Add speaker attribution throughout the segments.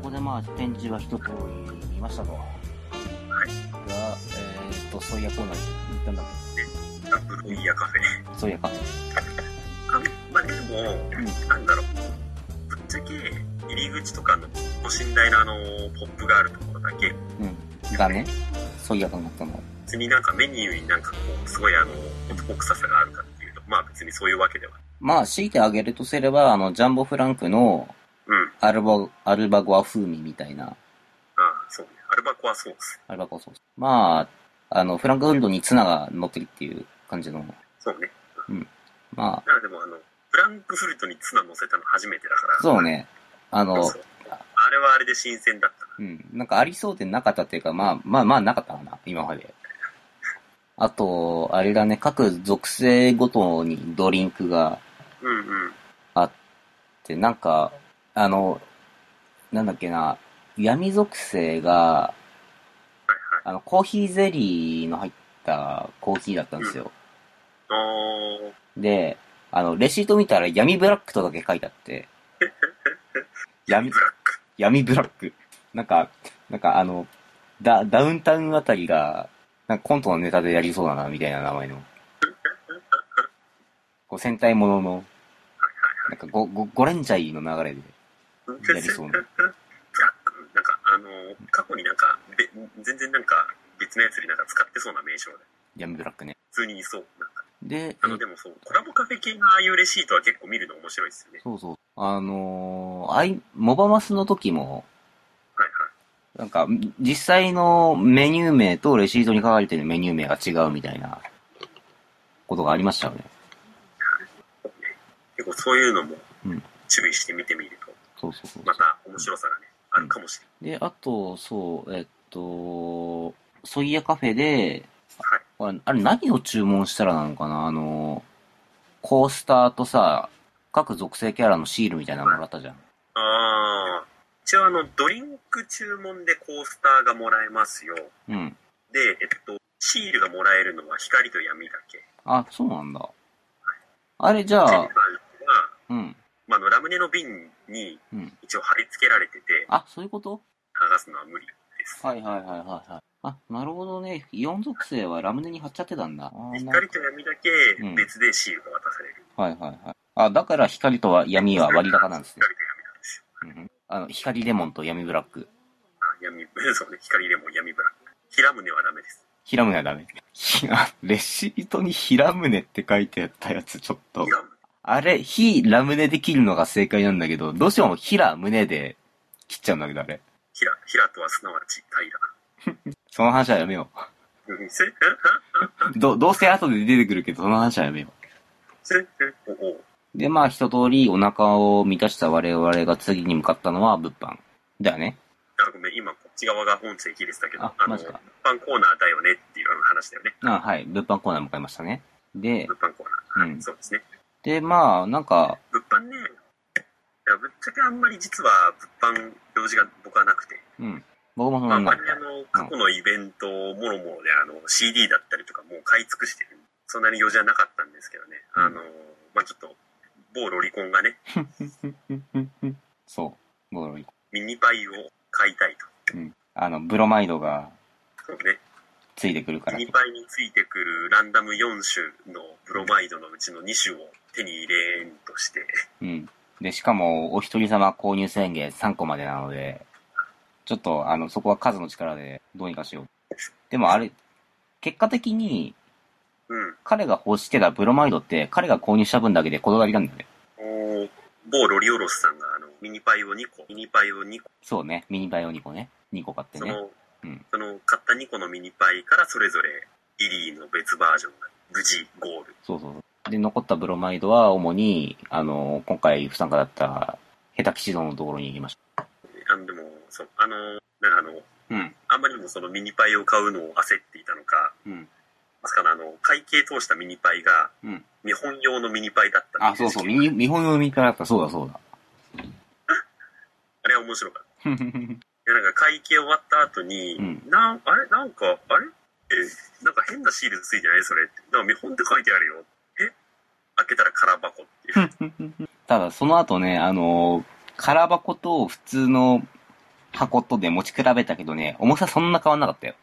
Speaker 1: こでまあ展示は一通り見ましたと。はい。が、えー、っと、ソイヤコーナーに行ったんだ
Speaker 2: けど。ダブルイヤカフ
Speaker 1: ェ。ソイヤカフェ。
Speaker 2: あまあでも、うん、なんだろう。ぶっちゃけ、入り口とかの、ご信頼のあの、ポップがあるところだけ。
Speaker 1: うん。がね、ソイヤとなったの。
Speaker 2: 別になんかメニューになんかこう、すごいあの、男臭さがあるかっていうと、まあ別にそういうわけでは
Speaker 1: まあ、強いてあげるとすれば、あの、ジャンボフランクの、
Speaker 2: うん。
Speaker 1: アルバ、アルバゴア風味みたいな。あ
Speaker 2: あ、そうね。アルバゴアソース。
Speaker 1: アルバゴアソース。まあ、あの、フランクフルドにツナが乗ってるっていう感じの。
Speaker 2: そうね。
Speaker 1: うん。ま
Speaker 2: あ。でもあの、フランクフルトにツナ乗せたの初めてだから。
Speaker 1: そうね。あの、
Speaker 2: そうそうあれはあれで新鮮だった
Speaker 1: うん。なんかありそうでなかったっていうか、まあ、まあまあなかったかな、今まで。あと、あれだね、各属性ごとにドリンクが
Speaker 2: うんうん
Speaker 1: あって、なんか、あの、なんだっけな、闇属性が、あの、コーヒーゼリーの入ったコーヒーだったんですよ。
Speaker 2: うん、
Speaker 1: で、あの、レシート見たら闇ブラックとだけ書いてあって。
Speaker 2: 闇ブラック
Speaker 1: 闇ブラック。なんか、なんかあの、ダダウンタウンあたりが、なんかコントのネタでやりそうだな、みたいな名 前の。こう戦隊ものの、なんかご、ご、ごレンジャーの流れで、やりそう な。ブラッ
Speaker 2: ク、なんか、あのー、過去になんか、べ、全然なんか、別のやつになんか使ってそうな名称で。
Speaker 1: 闇ブラックね。
Speaker 2: 普通にいそう、なんか。
Speaker 1: で、
Speaker 2: あの、でもそう、コラボカフェ系のああいうレシートは結構見るの面白いですよね。
Speaker 1: そうそう。あのー、あい、モバマスの時も、。
Speaker 2: はいはい
Speaker 1: なんか、実際のメニュー名とレシートに書かれてるメニュー名が違うみたいな、ことがありましたよね。
Speaker 2: 結構そういうのも注意して見てみると、
Speaker 1: うん、そうそう
Speaker 2: また面白さがね、うん、あるかもしれ
Speaker 1: ない。で、あと、そう、えっと、ソイヤカフェで、
Speaker 2: はい、
Speaker 1: あれ何を注文したらなのかなあの、コースターとさ、各属性キャラのシールみたいなのもらったじゃん。
Speaker 2: ああ、一応あの、ドリンク注文でコースターがもらえますよ。
Speaker 1: うん。
Speaker 2: で、えっと、シールがもらえるのは光と闇だけ。
Speaker 1: あ、そうなんだ。あれじゃあ、うん。
Speaker 2: まあ、のラムネの瓶に一応貼り付けられてて、
Speaker 1: うん、あ、そういうこと
Speaker 2: 剥がすのは無理です。
Speaker 1: はいはいはいはいはい。あ、なるほどね。4属性はラムネに貼っちゃってたんだ。
Speaker 2: 光と闇だけ別でシールが渡される、
Speaker 1: うん。はいはいはい。あ、だから光とは闇は割高なんですね。
Speaker 2: 光と闇なんですよ。
Speaker 1: うん、あの、光レモンと闇ブラック。
Speaker 2: あ、闇、 そうね。光レモン、闇ブラック。ヒラムネはダメです。
Speaker 1: ヒラムネはダメ。レシートにヒラムネって書いてあったやつ、ちょっと。あれ、非ラムネで切るのが正解なんだけど、どうしてもヒラ胸で切っちゃうんだけど、あれ。
Speaker 2: ヒラ、ヒラとはすなわち
Speaker 1: 平。その話はやめよう。 ど、どうせ後で出てくるけど、その話はやめよう。で、まあ一通りお腹を満たした我々が次に向かったのは物販。だよね。
Speaker 2: あ、ごめん、今こっち側が音声切れてたけど、
Speaker 1: あ、
Speaker 2: あ
Speaker 1: マジか。
Speaker 2: 物販コーナーだよねっていう話だよね。
Speaker 1: あ、はい。物販コーナー向かいましたね。で、
Speaker 2: 物販コーナー。
Speaker 1: うん。
Speaker 2: そうですね。
Speaker 1: で、まあ、なんか。
Speaker 2: 物販ね、いや、ぶっちゃけあんまり実は物販用事が僕はなくて。
Speaker 1: うん。僕もそんな
Speaker 2: にな くて。あんまりあの、過去のイベントもろもろで、あの、CD だったりとかもう買い尽くしてる。そんなに用事はなかったんですけどね。うん、あの、まあちょっと、某ロリコンがね。
Speaker 1: そう、某ロリコン。
Speaker 2: ミニパイを買いたい
Speaker 1: と。うん。あの、ブロマイドが。
Speaker 2: そうね。
Speaker 1: ついてくるから。
Speaker 2: ミニパイについてくるランダム4種のブロマイドのうちの2種を手に入れんとして。
Speaker 1: うん。で、しかも、お一人様購入宣言3個までなので、ちょっと、あの、そこは数の力でどうにかしよう。でもあれ、結果的に、
Speaker 2: うん。
Speaker 1: 彼が欲してたブロマイドって、彼が購入した分だけでこだわりなんだよね。
Speaker 2: お某ロリオロスさんが、あの、ミニパイを2個、ミニパイを2個。
Speaker 1: そうね、ミニパイを2個ね。2個買ってね。
Speaker 2: うん、その買った2個のミニパイからそれぞれリリーの別バージョンが無事ゴール
Speaker 1: そうそうで残ったブロマイドは主にあの今回不参加だったヘタキシドのところに行きました
Speaker 2: あのでもそうあのなんかあの、
Speaker 1: うん、
Speaker 2: あんまりもそのミニパイを買うのを焦っていたのか、
Speaker 1: うん、
Speaker 2: まさかのあの会計通したミニパイが、
Speaker 1: うん、
Speaker 2: 見本用のミニパイだった
Speaker 1: あそうそう見見本用のミニパイだったそうだそう だ
Speaker 2: あれは面白かったなんか会計終わった後に、
Speaker 1: うん、
Speaker 2: なあれなんか、あれえ、なんか変なシールついてないそれって。なんか見本って書いてあるよ。え開けたら空箱っていう。
Speaker 1: ただ、その後ね、あのー、空箱と普通の箱とで持ち比べたけどね、重さそんな変わんなかったよ。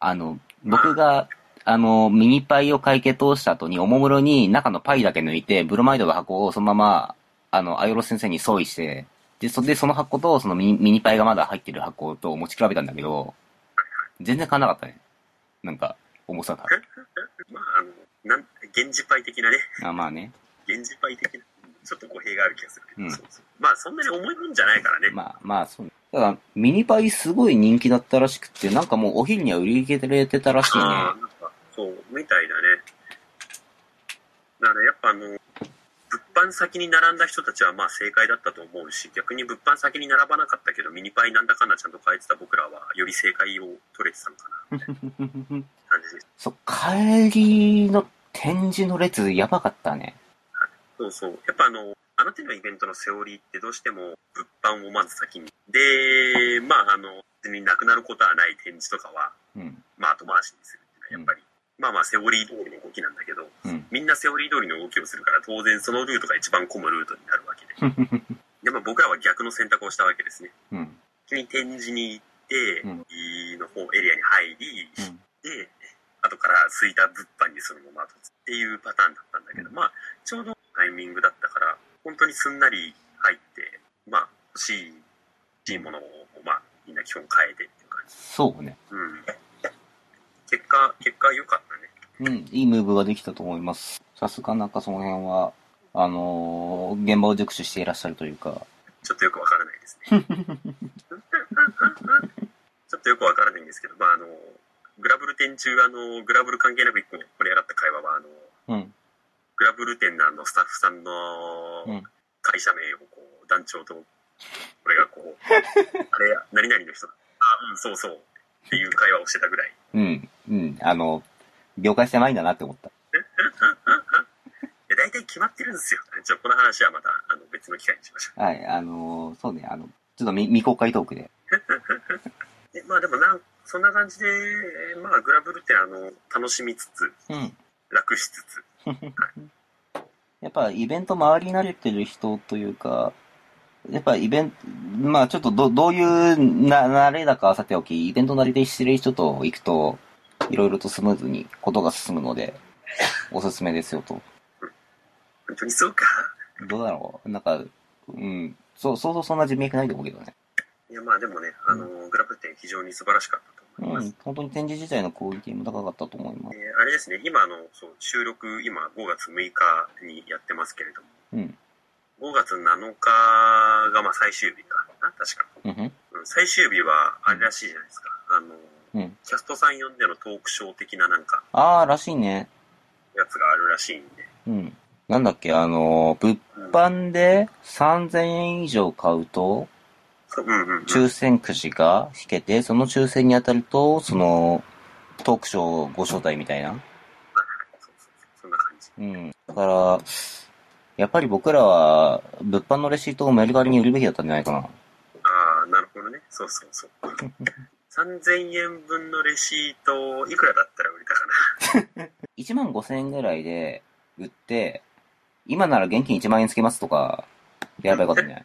Speaker 1: あの、僕が、あの、ミニパイを会計通した後に、おもむろに中のパイだけ抜いて、ブロマイドの箱をそのまま、あの、アヨロ先生に相違して、で、そでその箱と、そのミニミニパイがまだ入ってる箱と持ち比べたんだけど、全然変わんなかったね。なんか、重さが。
Speaker 2: まあ、あの、なん、現時パイ的なね、
Speaker 1: あまあね。
Speaker 2: 現時パイ的な、うんちょっと語弊がある気がするけど、
Speaker 1: うん
Speaker 2: そうそうまあ、そんなに重いもんじゃないからね。
Speaker 1: まあまあ、そう。ただ、ミニパイすごい人気だったらしくて、なんかもうお昼には売り切れてたらしいね。
Speaker 2: ああ、なんか、そう、みたいだね。だからやっぱあの、物販先に並んだ人たちはまあ正解だったと思うし、逆に物販先に並ばなかったけど、ミニパイなんだかんだちゃんと買えてた僕らは、より正解を取れてたのかな、みたいな 感じです。
Speaker 1: そう、帰りの展示の列やばかったね。
Speaker 2: そうそう。やっぱあの、あの手のイベントのセオリーってどうしても物販をまず先に。で、まああの、別になくなることはない展示とかは、
Speaker 1: うん。
Speaker 2: まあ後回しにするっていうのはやっぱり、まあまあセオリー通りの動きなんだけど、
Speaker 1: うん。
Speaker 2: みんなセオリー通りの動きをするから当然そのルートが一番混むルートになるわけで。でも僕らは逆の選択をしたわけですね。
Speaker 1: うん。
Speaker 2: 急に展示に行って、
Speaker 1: うん
Speaker 2: の方エリアに入り、
Speaker 1: うん
Speaker 2: で、後から空いた物販にそのままとっていうパターンだったんだけど、まあ、ちょうどタイミングだったから、本当にすんなり入って、まあ、欲しい、欲しいものを、まあ、みんな基本変えてっていう感じ。
Speaker 1: そうね。
Speaker 2: うん。結果、結果良かったね。
Speaker 1: うん。いいムーブができたと思います。さすがなんかその辺は、あのー現場を熟知していらっしゃるというか。
Speaker 2: ちょっとよくわからないですね。ちょっとよくわからないんですけど、まあ、あの、グラブル展中、あの、グラブル関係なく一個盛り上がった会話は、あの、
Speaker 1: うん。
Speaker 2: グラブル店のあのスタッフさん
Speaker 1: う
Speaker 2: の
Speaker 1: ん
Speaker 2: 会社名をこう団長と俺 がこう「あれ何々の人だあうんそうそう」っていう会話をしてたぐらい
Speaker 1: うん。うん。あの、業界狭いんだなって思った。
Speaker 2: で大体決まってるんですよちょこの話はまたあの別の機会にしましょ
Speaker 1: はい。あのーそうね。あの、ちょっと未未公開トークで。
Speaker 2: うでまあでもなんそんな感じで、えーまあ、グラブルってあの楽しみつつ
Speaker 1: うん。
Speaker 2: 楽しつつ
Speaker 1: やっぱイベント回り慣れてる人というか、やっぱイベント、まあちょっとどどういうな慣れだかはさておき、イベント慣れでしてる人と行くと、いろいろとスムーズにことが進むので、おすすめですよと。
Speaker 2: 本当にそうか
Speaker 1: どうだろうなんか、うん、そう、そうそうそんな人脈ないと思うけどね。
Speaker 2: いやまあでもねあのグラブル店非常に素晴らしかったと思いま
Speaker 1: う
Speaker 2: す、
Speaker 1: ん、本当に展示自体のクオリティも高かったと思います。
Speaker 2: えーあれですね、今あのそう、収録、今5月6日にやってますけれども、
Speaker 1: うん。
Speaker 2: 5月7日がまあ最終日かな、確か。
Speaker 1: うんふん、
Speaker 2: うん最終日はあれらしいじゃないですか。あの、
Speaker 1: うん。
Speaker 2: キャストさん呼んでのトークショー的ななんか、
Speaker 1: ああ、らしいね。
Speaker 2: やつがあるらしいんで。
Speaker 1: うん。なんだっけ、あの、物
Speaker 2: うん、
Speaker 1: 販で3000円以上買うと、
Speaker 2: そううんうんうん。
Speaker 1: 抽選くじが引けて、その抽選に当たると、その、トークショーご招待みたいな。
Speaker 2: そうそうそうそんな感じ。
Speaker 1: うん。だから、やっぱり僕らは、物販のレシートをメルカリに売るべきだったんじゃないかな。
Speaker 2: ああ、なるほどね。そうそう そう。3000円分のレシート、いくらだったら売れたかな。
Speaker 1: 1万5千円ぐらいで売って、今なら現金1万円つけますとか、やればよかったんじゃない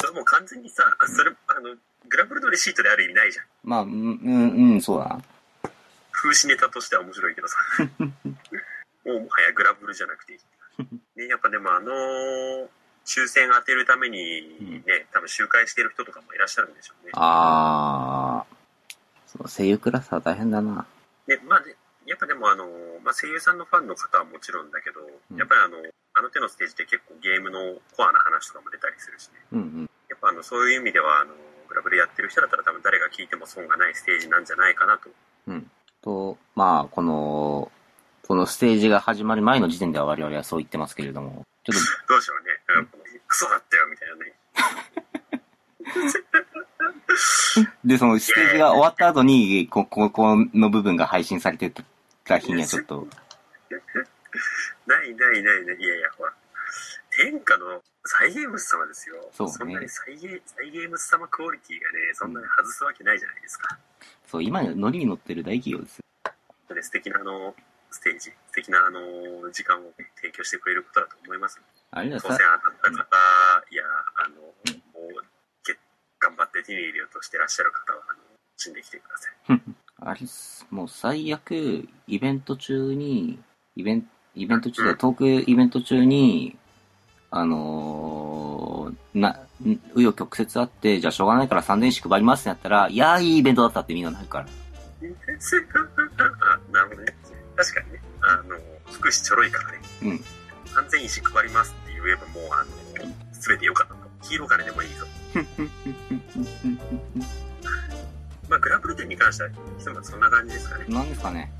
Speaker 2: それもう完全にさ、あそれ、あの、グラブルのレシートである意味ないじゃん。
Speaker 1: まあ、うん、うん、うんそうだな。
Speaker 2: 風刺ネタとしては面白いけ どさ。もうもはやグラブルじゃなくていい。ね、やっぱでもあのー抽選当てるためにね、多分集会してる人とかもいらっしゃるんでしょうね。
Speaker 1: あー。そう、声優クラスは大変だな。
Speaker 2: で、まあで、やっぱでもあのーまあ、声優さんのファンの方はもちろんだけど、
Speaker 1: うん
Speaker 2: やっぱりあの、あの手のステージって結構ゲームのコアな話とかも出たりするしね。
Speaker 1: うん、うん。
Speaker 2: やっぱあの、そういう意味では、あの、グラブルやってる人だったら多分誰が聞いても損がないステージなんじゃないかなと。
Speaker 1: と、まあ、この、このステージが始まる前の時点では我々はそう言ってますけれども、ちょっ
Speaker 2: どうしようね。うんクソだったよ、みたいなね。
Speaker 1: と、で、そのステージが終わった後に、こ、こ、この部分が配信されてた日にはちょっと、
Speaker 2: ないないないない。いやいや、ほら。天下のサイゲームス様ですよ。
Speaker 1: そうね
Speaker 2: んなにサイゲーサイゲームス様クオリティがね、そんなに外すわけないじゃないですか。
Speaker 1: そう、今ノリに乗ってる大企業ですよ。
Speaker 2: で素敵なあの、ステージ、素敵なあの、時間を提供してくれることだと思います。
Speaker 1: あれだ
Speaker 2: 当
Speaker 1: さ
Speaker 2: 選、当たった方、いや、あの、もう、決頑張って手に入れようとしてらっしゃる方は、あの、死んできてください。
Speaker 1: あれっす、もう最悪、イベント中に、イベンイベント中
Speaker 2: う
Speaker 1: で、
Speaker 2: ん
Speaker 1: トークイベント中に、あのー、な、ん紆余曲折あって、じゃあしょうがないから3電子配りますってなったら、いやー、いいイベントだったってみんななるから。
Speaker 2: あなるほどね。確かにね、あの、福祉ちょろいからね、
Speaker 1: うん。
Speaker 2: 完全石配りますって言えばもう、あの、すべて良かったと。黄色金でもいいぞ。まあ、グラブルテンに関しては、ひとまずそんな感じですかね。
Speaker 1: なんですかね。